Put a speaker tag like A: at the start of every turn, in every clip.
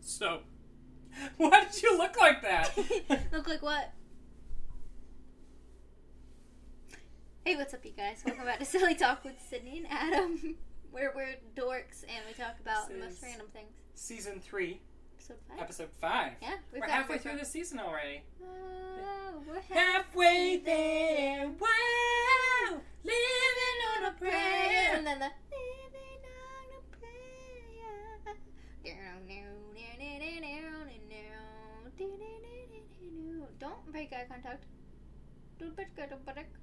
A: So, why did you look like that?
B: Look like what? Hey, what's up, you guys? Welcome back to Silly Talk with Sydney and Adam, where we're dorks and we talk about the
A: This
B: most
A: is-
B: random things.
A: season three,
B: So, five.
A: episode five.
B: yeah, we've
A: We're
B: got
A: halfway
B: four-
A: through the season already.
B: Oh, we're
A: Halfway there. Wow. Living on a
B: prayer.
A: prayer.
B: And then the living on a prayer. Down, down, down, down, down, down, down, down, down, down, down. Don't break eye contact. Don't break eye contact.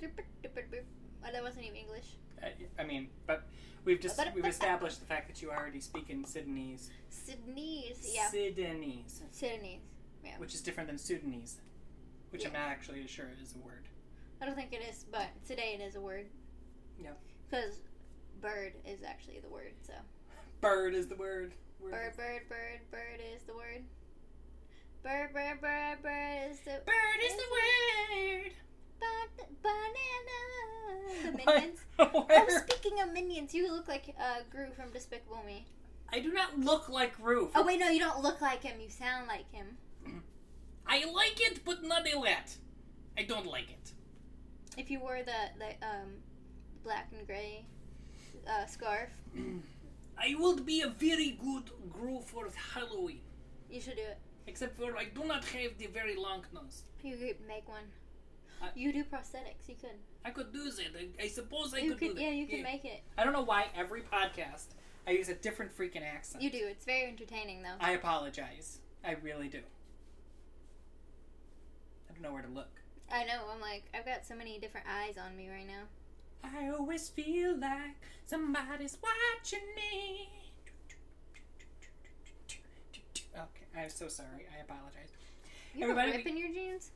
B: Oh, that wasn't even English.
A: Uh, I mean, but we've just
B: But-
A: we've established the fact that you already speak in Sudanese.
B: Sydney's. Yeah.
A: Sudanese,
B: Sydney's.
A: which is different than Sudanese, which I'm
B: Yeah.
A: not actually sure is a word.
B: I don't think it is, but today it is a word.
A: Yeah.
B: Because bird is actually the word, so.
A: Bird is the word. Word
B: Bird,
A: is-
B: bird, bird, bird is the word. Bird, bird, bird, bird is the
A: Bird is the
B: ba- banana. The
A: word.
B: minions.
A: What?
B: Oh,
A: Where?
B: speaking of minions, you look like uh, Gru from Despicable Me.
A: I do not look like Roof.
B: Oh wait, no, you don't look like him. You sound like him.
A: I like it, but not a lot. I don't like it.
B: If you wore the the um, black and gray uh, scarf,
A: I would be a very good Gru for Halloween,
B: you should do it.
A: except for I do not have the very long nose.
B: You could make one.
A: I-
B: you do prosthetics. You could.
A: I could do that. I, I suppose I
B: You
A: could, do
B: could.
A: that.
B: Yeah, you could make it.
A: I don't know why every podcast I use a different freaking accent.
B: You do. It's very entertaining, though.
A: I apologize. I really do. I don't know where to look.
B: I know. I'm like, I've got so many different eyes on me right now.
A: I always feel like somebody's watching me. Okay, I'm so sorry. I apologize.
B: You
A: Everybody
B: have a
A: be-
B: rip in your jeans?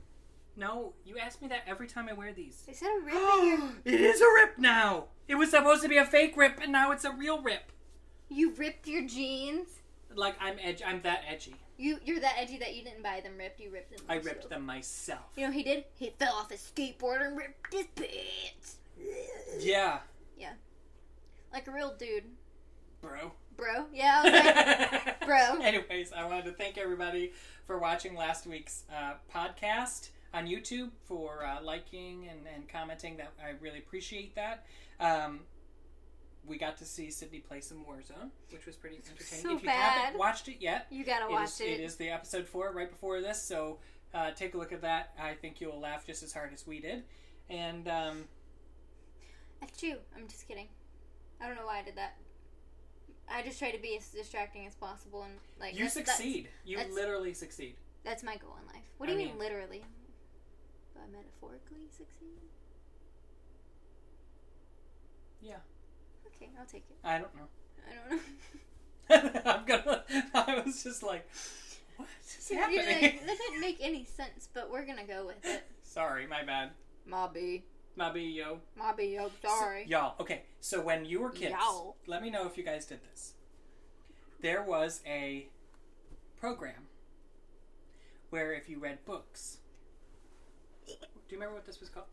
A: No, you ask me that every time I wear these.
B: They said a rip in your.
A: it is a rip now. It was supposed to be a fake rip, and now it's a real rip.
B: You ripped your jeans.
A: Like I'm edge. I'm that edgy.
B: You you're that edgy that you didn't buy them ripped. You ripped them.
A: I
B: yourself.
A: ripped them myself.
B: You know what he did? He fell off his skateboard and ripped his pants.
A: Yeah,
B: Like a real dude,
A: bro.
B: bro. Yeah. I was like, Bro.
A: Anyways, I wanted to thank everybody for watching last week's uh, podcast on YouTube, for uh, liking and, and commenting. That I really appreciate that. Um, we got to see Sydney play some Warzone, which was pretty entertaining.
B: so
A: if you
B: bad.
A: haven't watched it yet,
B: you gotta
A: it
B: watch
A: is,
B: it.
A: it is the episode four right before this, so uh, take a look at that. I think you'll laugh just as hard as we did. And um,
B: At you. I'm just kidding. I don't know why I did that. I just try to be as distracting as possible and like
A: you
B: that's- that's-
A: succeed. you
B: that's-
A: literally succeed.
B: That's my goal in life. What
A: I
B: do you mean,
A: mean-
B: literally? Do I metaphorically succeed?
A: Yeah.
B: Okay, I'll take it.
A: I don't know.
B: I don't know.
A: I'm gonna. I was just like, what is
B: You're
A: happening?
B: like, that didn't make any sense, but we're gonna go with it.
A: Sorry, my bad.
B: Mobby.
A: Mabby, yo.
B: Mobby, yo, sorry.
A: So- y'all, okay. So when you were kids,
B: Y'all.
A: let me know if you guys did this. There was a program where if you read books, do you remember what this was called?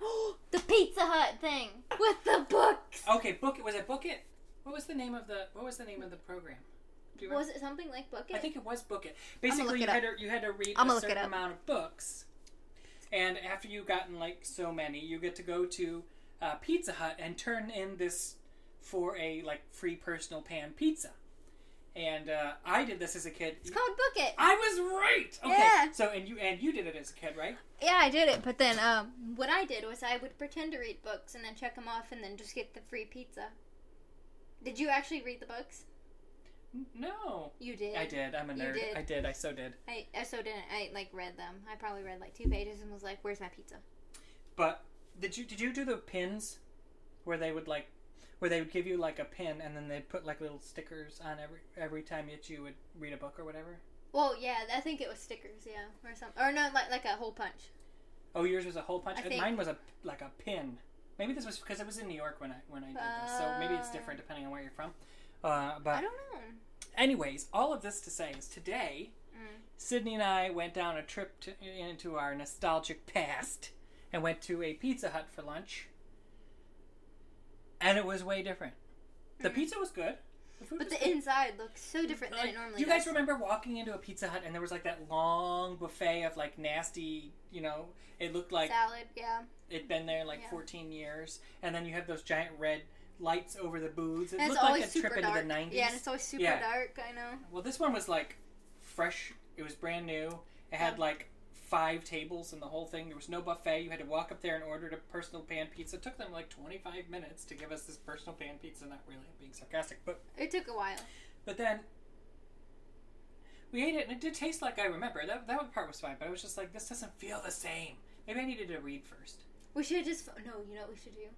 B: the Pizza Hut thing with the books.
A: Okay, book. Was it book it? What was the name of the? What was the name of the program? Do you remember?
B: Was it something like Book It?
A: I think it was book it.
B: I'ma look
A: Basically, you
B: it
A: had to you had to read
B: I'ma
A: a
B: look it
A: certain
B: up.
A: amount of books, and after you've gotten like so many, you get to go to uh, Pizza Hut and turn in this for a like free personal pan pizza. And uh, I did this as a kid.
B: it's called Book It.
A: I was right. Okay.
B: Yeah.
A: So and you and you did it as a kid, right?
B: Yeah, I did it, but then um, what I did was I would pretend to read books and then check them off and then just get the free pizza. Did you actually read the books?
A: No.
B: You did.
A: I did. I'm a
B: You
A: nerd.
B: did.
A: I did. I so did.
B: I, I so didn't. I like read them. I probably read like two pages and was like, "Where's my pizza?"
A: But did you did you do the pins where they would like where they would give you like a pin and then they'd put like little stickers on every every time that you would read a book or whatever?
B: Well, yeah, I think it was stickers, yeah, or something, or no, like like a hole punch.
A: Oh, yours was a hole punch.
B: I think-
A: Mine was a like a pin. Maybe this was because it was in New York when I when I did this, so maybe it's different depending on where you're from. Uh,
B: I
A: but
B: don't know.
A: anyways, all of this to say is today,
B: Mm.
A: Sydney and I went down a trip to, into our nostalgic past and went to a Pizza Hut for lunch, and it was way different. The pizza was good. The food
B: Mm. But
A: was
B: the inside looks so different than
A: Mm, Like,
B: it normally
A: Do you guys
B: does.
A: remember walking into a Pizza Hut and there was like that long buffet of like nasty, you know, it looked like
B: salad? Yeah.
A: it'd been there like
B: Yeah.
A: 14 years, and then you have those giant red lights over the booths. It
B: And it's
A: looked like
B: always
A: a
B: super
A: trip into
B: dark.
A: the 90s.
B: Yeah, and it's always super
A: Yeah.
B: dark. I know.
A: Well, this one was like fresh. It was brand new. It had
B: Yeah.
A: like five tables and the whole thing. There was no buffet. You had to walk up there and order a personal pan pizza. It took them like 25 minutes to give us this personal pan pizza. Not really I'm being sarcastic, but
B: It took a while.
A: but then we ate it, and it did taste like I remember. That that part was fine, but I was just like, this doesn't feel the same. Maybe I needed to read first.
B: We should just f- no. You know what we should do?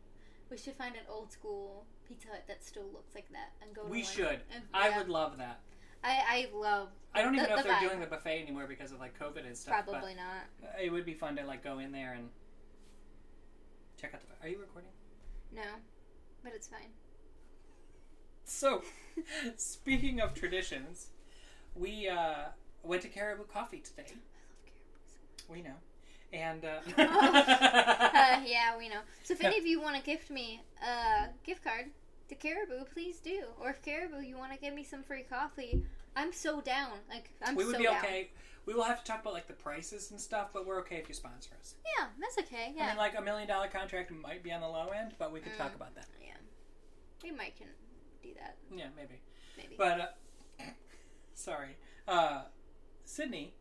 B: We should find an old school Pizza Hut that still looks like that and go. to
A: We
B: one.
A: should.
B: And-
A: I
B: yeah.
A: would love that.
B: I I love.
A: I don't even
B: The-
A: know if
B: the
A: they're
B: vibe.
A: doing the buffet anymore because of like COVID and stuff. but-
B: Probably not.
A: It would be fun to like go in there and check out the. Are you recording?
B: No, but it's fine.
A: So, speaking of traditions, we uh, went to Caribou Coffee today. We know, and uh,
B: uh, yeah, we know. So if
A: Yeah.
B: any of you want to gift me a gift card to Caribou, please do. Or if Caribou, you want to give me some free coffee, I'm so down. Like I'm
A: we would
B: so
A: be
B: down.
A: okay. We will have to talk about like the prices and stuff, but we're okay if you sponsor us.
B: Yeah, that's okay.
A: I
B: Yeah,
A: mean, like a million dollar contract might be on the low end, but we could talk
B: Mm.
A: about that.
B: yeah. We might can do that.
A: Yeah, maybe.
B: Maybe.
A: But uh, sorry, uh, Sydney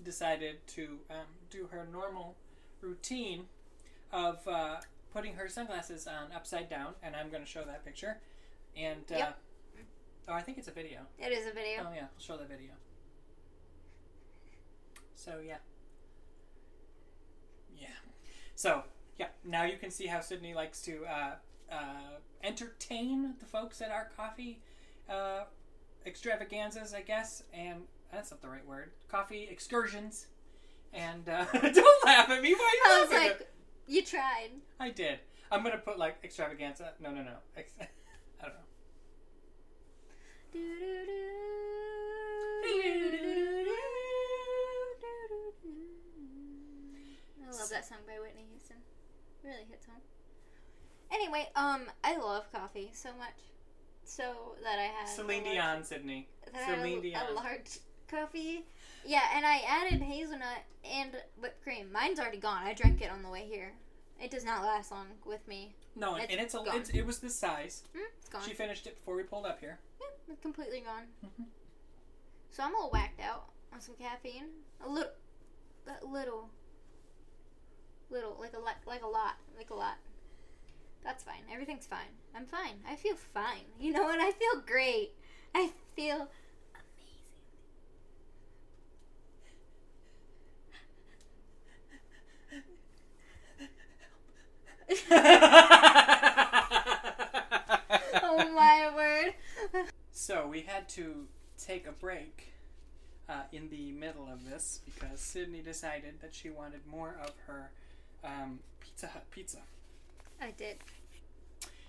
A: decided to um, do her normal routine of uh, putting her sunglasses on upside down, and I'm going to show that picture. And uh,
B: Yep.
A: oh, I think it's a video.
B: it is a video.
A: Oh yeah, I'll show that video. So yeah, yeah. So yeah, now you can see how Sydney likes to uh, uh, entertain the folks at our coffee uh, extravaganzas, I guess, and that's not the right word. Coffee excursions. And uh, don't laugh at me. Why are you
B: I was
A: laughing? at-
B: like, you tried.
A: I did. I'm gonna put like extravaganza. No, no, no. Ex- I don't know.
B: Do, do, do, do, do, do, do. I love that song by Whitney Houston. Really hits home. Anyway, um, I love coffee so much, so that I had
A: Celine
B: a large-
A: Dion, Sydney.
B: that I had a-
A: Celine Dion.
B: a large coffee. Yeah, and I added hazelnut and whipped cream. Mine's already gone. I drank it on the way here. It does not last long with me.
A: No, and
B: It's
A: and it's, a,
B: gone.
A: it's it was this size.
B: Mm, it's gone.
A: She finished it before we pulled up here.
B: Yeah, it's completely gone.
A: Mhm.
B: So I'm a little whacked out on some caffeine. A little, a little, little, like a lot, like a lot, like a lot. That's fine. Everything's fine. I'm fine. I feel fine. You know what? I feel great. I feel amazing. Oh my word.
A: So we had to take a break uh, in the middle of this because Sydney decided that she wanted more of her um, Pizza Hut pizza.
B: I did.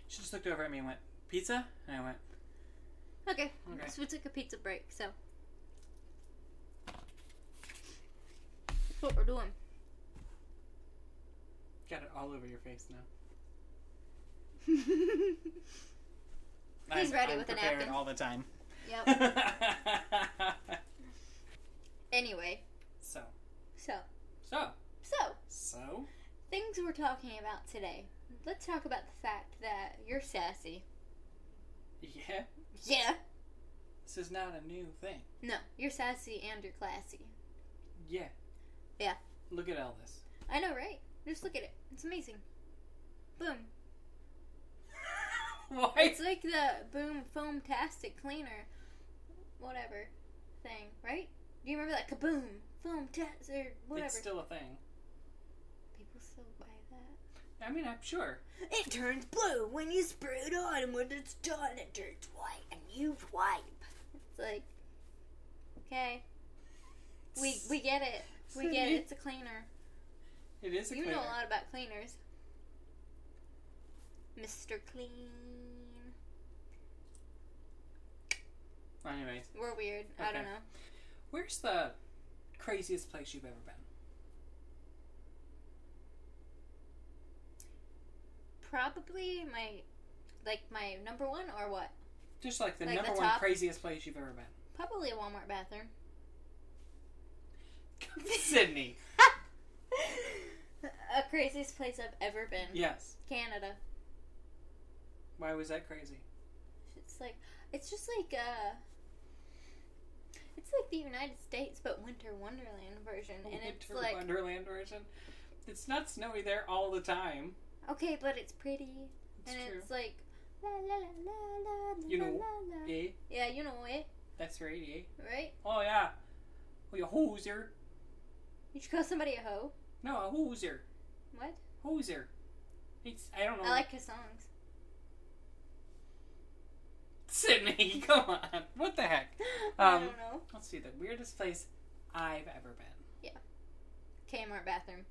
A: She just looked over at me and went, "Pizza?" And I went,
B: Okay.
A: Okay.
B: So we took a pizza break. So That's what we're doing.
A: "Got it all over your face now."
B: He's
A: I'm-
B: ready
A: I'm
B: with a
A: prepared
B: napkin.
A: all the time.
B: Yep. Oh. anyway,
A: so,
B: so
A: so,
B: so
A: so.
B: things we're talking about today. Let's talk about the fact that you're sassy.
A: Yeah,
B: Yeah.
A: this is not a new thing.
B: No, you're sassy and you're classy.
A: Yeah.
B: Yeah.
A: Look at Elvis.
B: I know, right? Just look at it. It's amazing. Boom.
A: Why?
B: It's like the boom foam tastic cleaner, whatever thing, right? Do you remember that kaboom foam tas or whatever?
A: It's still a thing.
B: People still buy that.
A: I mean, I'm sure.
B: It turns blue when you spray it on, and when it's done, it turns white, and you wipe. It's like, okay, we we get it, we get it. It's a cleaner.
A: It is a
B: you
A: cleaner.
B: know a lot about cleaners, Mister Clean.
A: Anyways,
B: We're weird. I
A: Okay.
B: don't know.
A: where's the craziest place you've ever been?
B: Probably my, like my number one or what?
A: Just like the
B: Like the
A: number one
B: top?
A: craziest place you've ever been.
B: Probably a Walmart bathroom.
A: Sydney.
B: a craziest place I've ever been.
A: Yes.
B: Canada.
A: Why was that crazy?
B: It's like it's just like uh it's like the United States but winter wonderland version and it's
A: Oh, Winter
B: like
A: Wonderland version. It's not snowy there all the time.
B: okay but it's pretty
A: It's
B: and
A: true.
B: it's like la la la la la
A: You
B: la,
A: know
B: la, la.
A: Eh?
B: Yeah, you know it,
A: That's right, eh?
B: right?
A: Oh yeah. Well, you hoser.
B: You should call somebody a hoe.
A: No, a hoser.
B: What?
A: Hoser. It's I don't know.
B: I like his songs.
A: Sydney, come on. What the heck?
B: I
A: Um,
B: don't know.
A: Let's see, the weirdest place I've ever been.
B: Kmart bathroom.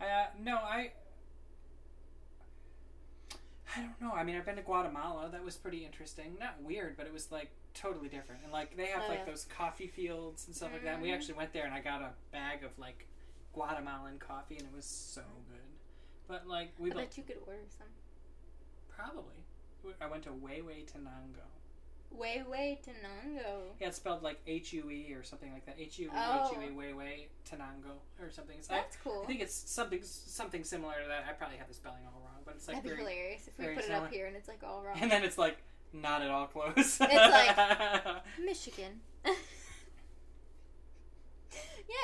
A: Uh, no, I. I don't know. I mean, I've been to Guatemala. That was pretty interesting. Not weird, but it was like totally different. And like they have
B: Oh,
A: like
B: yeah.
A: those coffee fields and stuff like that. And we
B: Mhm.
A: actually went there, and I got a bag of like Guatemalan coffee, and it was so good. But like we
B: I
A: built
B: bet you could order some.
A: Probably. I went to Weiwei Tenango.
B: Way way to Nongo.
A: Yeah, it's spelled like H U E or something like that. H U E
B: Oh.
A: H U E Weiwei Tenango or something. It's like,
B: That's
A: I
B: cool.
A: think it's something something similar to that. I probably have the spelling all wrong, but it's like
B: That'd be
A: very,
B: hilarious if we
A: very
B: put it
A: similar.
B: up here and it's like all
A: and
B: wrong.
A: then it's like not at all close. It's
B: like- Michigan. yeah,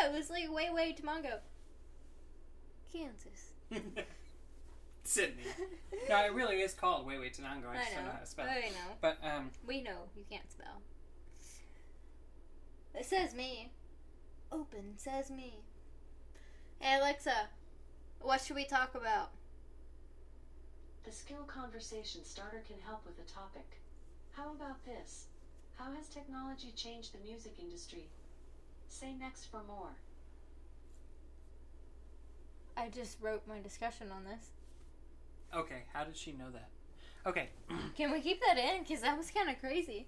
B: it was like way way to Mongo. Kansas.
A: Sydney. No, it really is called Weiwei Tenango. I
B: I
A: just don't know
B: know.
A: how to spell it.
B: I know.
A: But um,
B: We know you can't spell. It says me. Open says me. Hey Alexa, what should we talk about?
C: The skill conversation starter can help with a topic. How about this? How has technology changed the music industry? Say next for more.
B: I just wrote my discussion on this.
A: okay, how did she know that? Okay,
B: Can we keep that in? Because that was kind of crazy.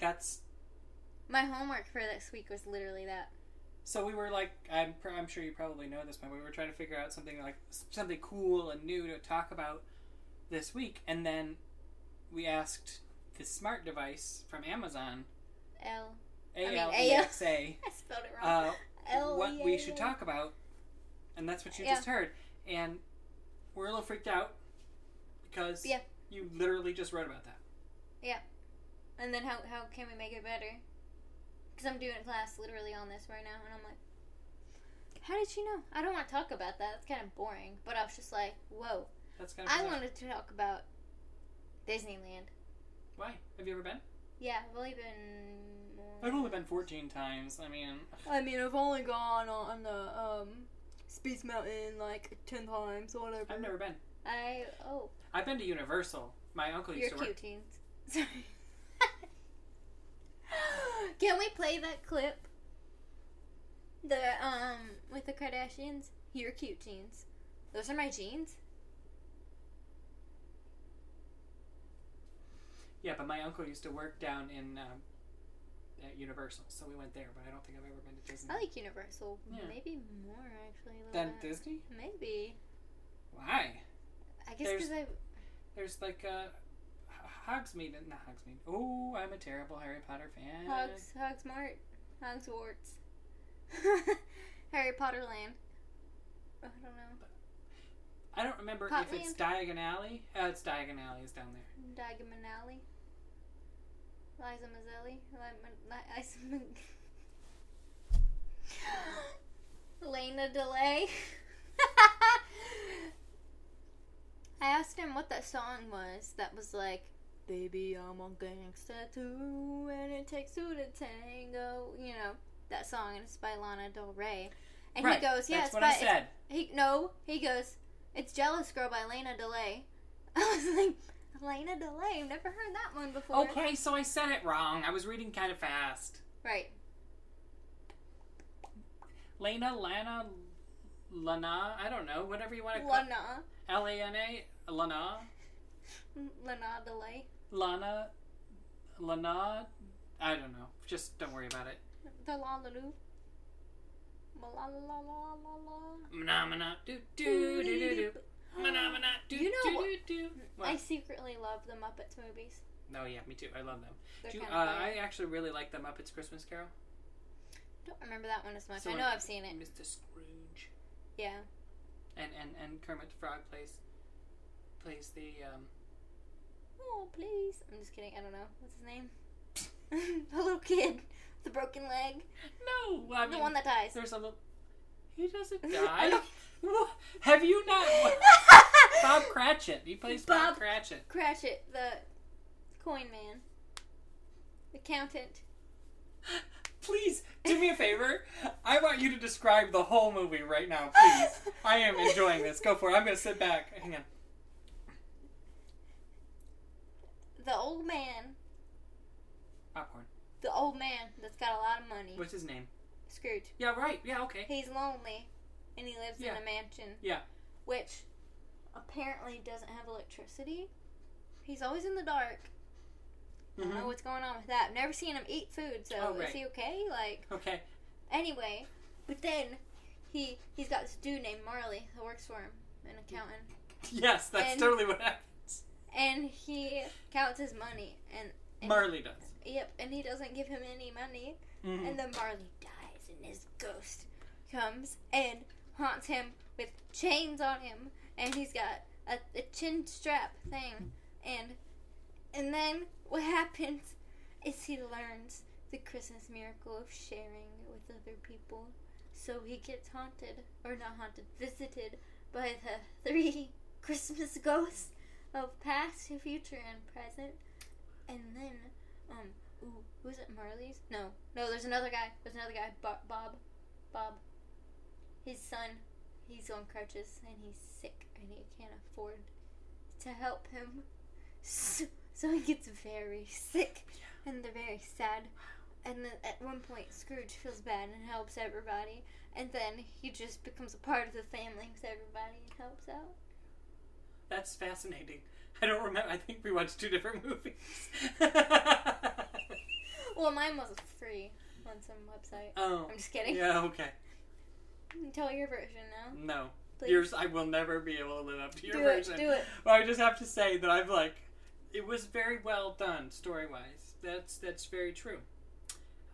A: that's
B: My homework for this week was literally that.
A: So we were like, I'm, pr- I'm sure you probably know this, but we were trying to figure out something like s- something cool and new to talk about this week, and then we asked the smart device from Amazon,
B: L. I
A: A
B: mean,
A: L E X A,
B: I spelled it wrong.
A: uh,
B: L
A: what
B: E
A: we
B: A
A: should
B: L.
A: talk about, and that's what you
B: Yeah.
A: just heard, and we're a little freaked out because
B: Yeah.
A: you literally just wrote about that.
B: And then how, how can we make it better? Because I'm doing a class literally on this right now, and I'm like, how did she know? I don't want to talk about that. It's kind of boring. But I was just like, whoa.
A: That's kind of
B: I
A: bizarre.
B: wanted to talk about Disneyland.
A: why have you ever been?
B: Yeah, I've only been.
A: I've only been 14 times. I mean,
B: I mean, I've only gone on the um, Space Mountain like ten times or whatever.
A: I've never been.
B: I oh,
A: I've been to Universal. My uncle used
B: you're
A: to work
B: cute teens. Sorry. Can we play that clip? The um with the Kardashians. You're cute jeans. Those are my jeans.
A: Yeah, but my uncle used to work down in um, at Universal, so we went there. But I don't think I've ever been to Disney.
B: I like Universal.
A: Yeah.
B: Maybe more actually. a little
A: Then
B: bit.
A: Disney?
B: Maybe.
A: Why?
B: I guess because I
A: There's like uh, H- Hogsmeade, not Hogsmeade. Oh, I'm a terrible Harry Potter fan.
B: Hogs, Hogsmart, Hogswarts, Harry Potter Land. I don't know.
A: I don't remember if it's Diagon Alley. Uh, it's Diagon Alley is down there.
B: Diagon Alley. Liza Minnelli. Liza Min- Lena Delay. I asked him what that song was that was like, Baby, I'm a gangsta too, and it takes two to tango. You know, that song, and it's by Lana Del Rey. And
A: right.
B: he goes, Yeah,
A: that's
B: it's
A: what
B: by,
A: I
B: it's
A: said.
B: he no, he goes, It's Jealous Girl by Lena Delay. I was like, Lena Delay, I've never heard that one before.
A: Okay, so I said it wrong. I was reading kind of fast.
B: Right.
A: Lena, Lana, Lana. I don't know. Whatever you want to call
B: Lana.
A: L A N A, Lana,
B: Lana Delay.
A: Lana, Lana. I don't know. Just don't worry about it.
B: The la la loo. Ma la la la la la la.
A: Manamana. Do, do, do, do, do. Mana, mana, do,
B: Uh, You know
A: do,
B: what-
A: do, do. What?
B: I secretly love the Muppets movies.
A: No, yeah, me too. I love them.
B: They're
A: Do you,
B: kind
A: uh,
B: of fun.
A: I actually really like the Muppets Christmas Carol.
B: don't remember that one as much.
A: So
B: I know I've seen it.
A: Mr. Scrooge.
B: Yeah.
A: And, and, and Kermit the Frog plays plays the um,
B: Oh, please. I'm just kidding. I don't know. What's his name? the little kid. The broken leg.
A: no. well, I mean,
B: the one that dies.
A: there's a little. He doesn't die. What? Have you not? Bob Cratchit. He plays Bob,
B: Bob-
A: Cratchit.
B: Cratchit, the coin man. Accountant.
A: Please do me a favor. I want you to describe the whole movie right now, please. I am enjoying this. Go for it. I'm gonna sit back. Hang on.
B: The old man.
A: Popcorn.
B: The old man that's got a lot of money.
A: What's his name?
B: Scrooge.
A: Yeah, right. Yeah, okay.
B: He's lonely and he lives
A: Yeah.
B: in a mansion.
A: Yeah.
B: Which apparently doesn't have electricity. He's always in the dark. I don't know
A: Mhm.
B: what's going on with that. I've never seen him eat food, so
A: Oh,
B: is
A: right.
B: he okay? Like
A: Okay.
B: Anyway, but then he he's got this dude named Marley that works for him, an accountant,
A: Yes, that's
B: And-
A: totally what happens.
B: and he counts his money and, and
A: Marley does.
B: Yep, and he doesn't give him any money,
A: Mhm.
B: and then Marley dies, and his ghost comes and haunts him with chains on him, and he's got a, a chin strap thing, and and then what happens is he learns the Christmas miracle of sharing with other people, so he gets haunted or not haunted, visited by the three Christmas ghosts of past, future, and present, and then um. Ooh, who's it? Marley's? No, no. There's another guy. There's another guy. Bo- Bob. Bob. His son. He's on crutches and he's sick and he can't afford to help him. So, so he gets very sick and they're very sad. And then at one point, Scrooge feels bad and helps everybody. And then he just becomes a part of the family with everybody and helps out.
A: That's fascinating. I don't remember. I think we watched two different movies.
B: Well, mine was free on some website.
A: oh.
B: I'm just kidding.
A: Yeah, okay.
B: Tell your version now.
A: No.
B: Please.
A: Yours, I will never be able to live up to your
B: do
A: version.
B: it. Do it.
A: Well, I just have to say that I've like, it was very well done story wise. That's that's very true.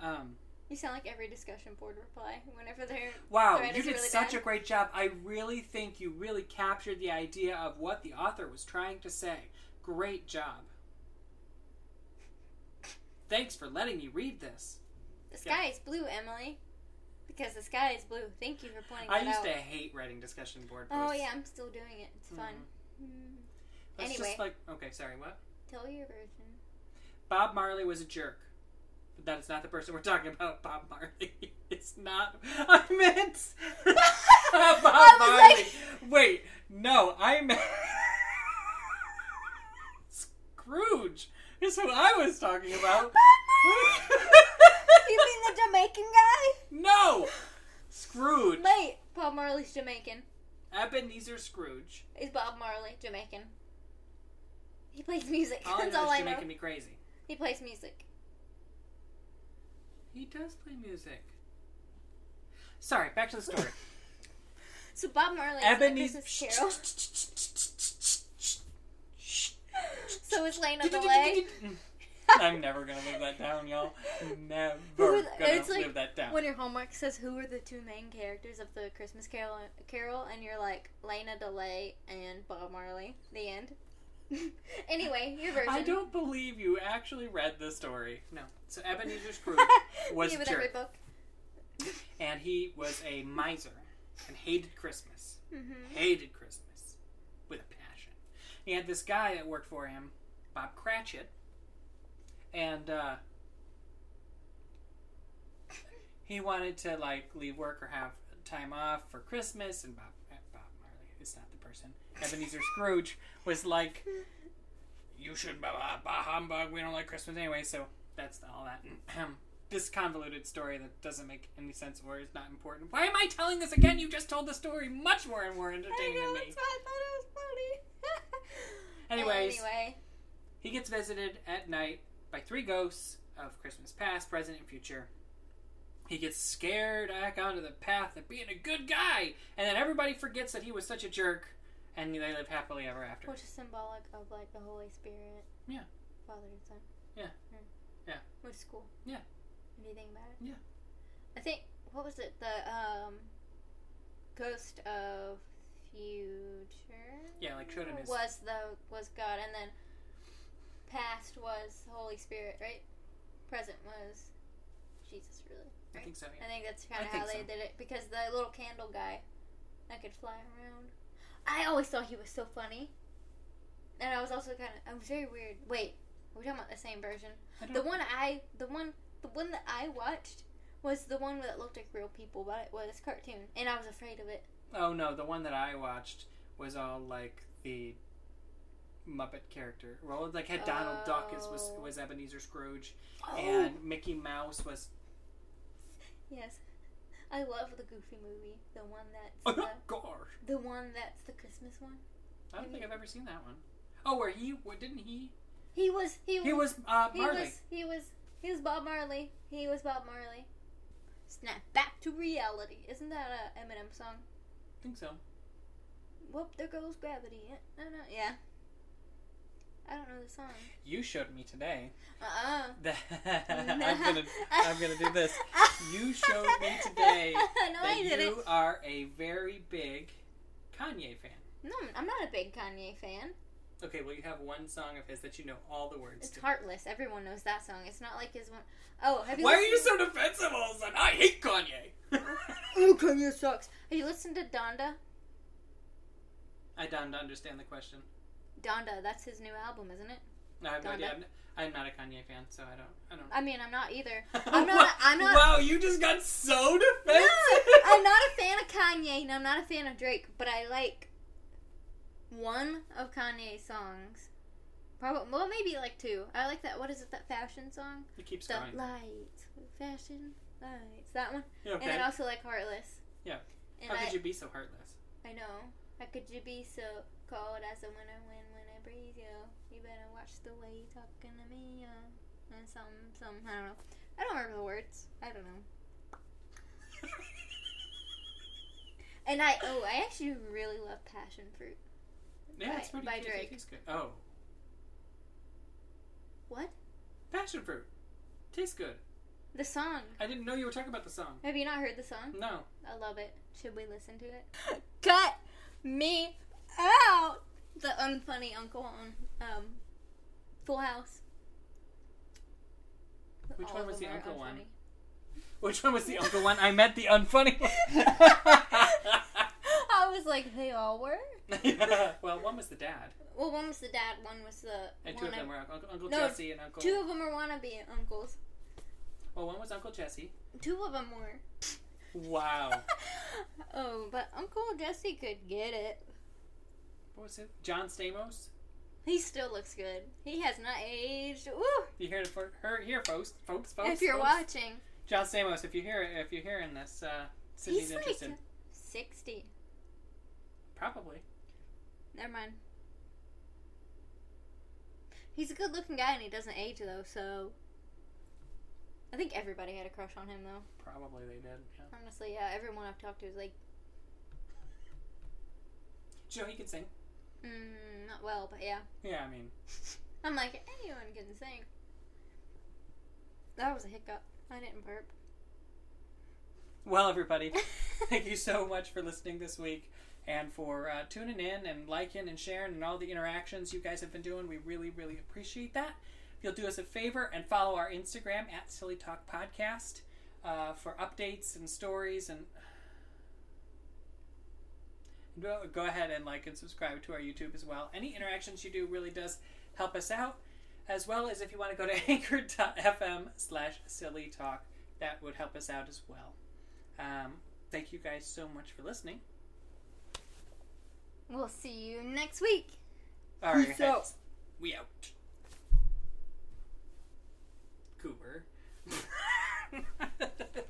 A: Um,
B: You sound like every discussion board reply whenever they're.
A: wow,
B: Sorry,
A: you
B: that's
A: did
B: really
A: such
B: bad.
A: a great job. I really think you really captured the idea of what the author was trying to say. Great job. Thanks for letting me read this.
B: The
A: Yeah.
B: sky is blue, Emily. Because the sky is blue. Thank you for pointing
A: I
B: that
A: used
B: out.
A: to hate writing discussion board
B: Oh
A: posts.
B: yeah, I'm still doing it. It's fun.
A: Mm-hmm.
B: Mm.
A: It's
B: Anyway.
A: just like okay, sorry, what?
B: Tell your version.
A: Bob Marley was a jerk. But that is not the person we're talking about. Bob Marley. It's not. I meant Bob
B: I
A: Marley. Wait, no, I meant Scrooge. Is who I was talking about.
B: you mean the Jamaican guy?
A: no, Scrooge.
B: Mate, Bob Marley's Jamaican.
A: Ebenezer Scrooge.
B: Is Bob Marley Jamaican? He plays music.
A: All I
B: That's
A: know
B: all
A: is
B: I
A: you're
B: know.
A: making me crazy.
B: He plays music.
A: He does play music. Sorry, back to the story.
B: So Bob Marley is in the
A: Ebenezer.
B: Christmas Carol. so is Lana Belay.
A: I'm never gonna live that down, y'all. Never
B: Who-
A: gonna
B: it's like
A: live that down.
B: When your homework says who are the two main characters of the Christmas Carol, Carol and you're like Lena Delay and Bob Marley. The end. anyway, your version.
A: I don't believe you actually read the story. No. So Ebenezer Scrooge, was
B: Yeah, with
A: jerk.
B: every book.
A: and he was a miser and hated Christmas.
B: Mm-hmm.
A: hated Christmas with a passion. He had this guy that worked for him, Bob Cratchit, and uh, he wanted to like leave work or have time off for Christmas. And Bob, Bob Marley, it's not the person. Ebenezer Scrooge was like, "You should bah, bah, bah humbug. We don't like Christmas anyway." So that's all that. This convoluted story that doesn't make any sense or is not important. Why am I telling this again? You just told the story much more and more
B: I
A: entertaining
B: know,
A: than me.
B: that's why I thought it was funny.
A: Anyways,
B: Anyway,
A: he gets visited at night by three ghosts of Christmas past, present, and future. He gets scared back onto the path of being a good guy, and then everybody forgets that he was such a jerk, and they live happily ever after.
B: Which is symbolic of like the Holy Spirit.
A: Yeah.
B: Father and Son.
A: Yeah. Yeah.
B: Which is cool.
A: Yeah.
B: What do you think about it?
A: Yeah.
B: I think what was it? The um Ghost of Future
A: Yeah, like Schrodinger's.
B: was the was God and then past was Holy Spirit, right? Present was Jesus really.
A: I think so. Yeah.
B: I think that's kind
A: I
B: of
A: think
B: how they
A: so.
B: did it because the little candle guy that could fly around. I always thought he was so funny, and I was also kind of I was very weird. Wait, we're talking about the same version.
A: I don't
B: The one I the one the one that I watched was the one that looked like real people, but it was cartoon, and I was afraid of it.
A: Oh no, the one that I watched was all like the Muppet character. Well, like had Donald Duck as was
B: Oh.
A: was Ebenezer Scrooge,
B: Oh
A: and Mickey Mouse was
B: yes, I love the Goofy movie. The one
A: oh
B: that's
A: gosh.
B: the, the one that's the Christmas one.
A: I don't think I've ever seen that one. Oh, where he? What didn't he?
B: He was he was
A: He was uh,
B: He
A: Marley.
B: was he was he was Bob Marley. He was Bob Marley. Snap back to reality. Isn't that a Eminem song?
A: I think so.
B: Whoop! There goes gravity. Eh, No, no, yeah. I don't know the song.
A: You showed me today.
B: Uh uh
A: that- I'm gonna I'm gonna do this. You showed me today
B: no,
A: that
B: I didn't.
A: you are a very big Kanye fan.
B: No, I'm not a big Kanye fan.
A: Okay, well you have one song of his that you know all the words
B: It's
A: to.
B: heartless. Everyone knows that song. It's not like his one Oh, have you?
A: Why are you
B: listened-
A: so defensive all of a sudden? I hate Kanye.
B: Oh, Kanye sucks. Have you listened to Donda?
A: I don't understand the question.
B: Donda. That's his new album, isn't it?
A: No, I have no
B: Donda.
A: idea. I'm, I'm not a Kanye fan, so I don't. I don't.
B: I mean, I'm not either. I'm not-
A: Wow-
B: I'm not-
A: Wow, you just got so defensive.
B: No, I'm not a fan of Kanye and I'm not a fan of Drake, but I like one of Kanye's songs. Probably, well, maybe like two. I like that. What is it? That fashion song?
A: It keeps
B: The
A: going.
B: lights, fashion lights. That one,
A: Yeah, okay.
B: and then also like Heartless.
A: Yeah.
B: And
A: How
B: I,
A: could you be so heartless?
B: I know. How could you be so cold as the winter wind when I breathe you? You better watch the way you talking to me. Uh, and some, some. I don't know. I don't remember the words. I don't know. And I oh I actually really love passion fruit.
A: yeah, it's
B: by-
A: pretty
B: by
A: cute. It
B: Drake.
A: tastes good. Oh,
B: What?
A: passion fruit. Tastes good.
B: The song.
A: I didn't know you were talking about the song.
B: Have you not heard the song?
A: No.
B: I love it. Should we listen to it? Cut me out. The unfunny uncle on um Full House.
A: Which
B: All
A: one
B: of
A: was
B: them
A: the
B: are
A: uncle one?
B: unfunny.
A: Which one was the uncle one? I met the unfunny one.
B: I was like, they all were.
A: well, one was the dad,
B: Well, one was the dad. One was the
A: and two
B: one
A: of them were Uncle, Uncle
B: No,
A: Jesse and Uncle.
B: two of them are wannabe uncles.
A: Well, one was Uncle Jesse.
B: Two of them were.
A: Wow.
B: oh, but Uncle Jesse could get it.
A: what was it? John Stamos.
B: He still looks good. He has not aged. Woo!
A: You hear it for her here, folks, folks, folks.
B: If you're
A: folks.
B: watching,
A: John Stamos, if you hear it, if you're hearing this, uh, Sydney's
B: he's
A: interested.
B: like sixty.
A: Probably.
B: Never mind. He's a good-looking guy and he doesn't age though. So, I think everybody had a crush on him though.
A: Probably they did. Yeah.
B: Honestly, yeah, everyone I've talked to is like,
A: Joe, he could sing.
B: mm, not well, but yeah.
A: Yeah, I mean,
B: I'm like, anyone can sing. That was a hiccup. I didn't burp.
A: well, everybody, thank you so much for listening this week and for uh, tuning in and liking and sharing and all the interactions you guys have been doing. We really, really appreciate that. If you'll do us a favor and follow our Instagram at Silly Talk Podcast uh, for updates and stories and. Go go ahead and like and subscribe to our YouTube as well. Any interactions you do really does help us out, as well as if you want to go to anchor.fm slash silly talk, that would help us out as well. Um, thank you guys so much for listening.
B: We'll see you next week.
A: All right,
B: Peace out.
A: we out. Cooper.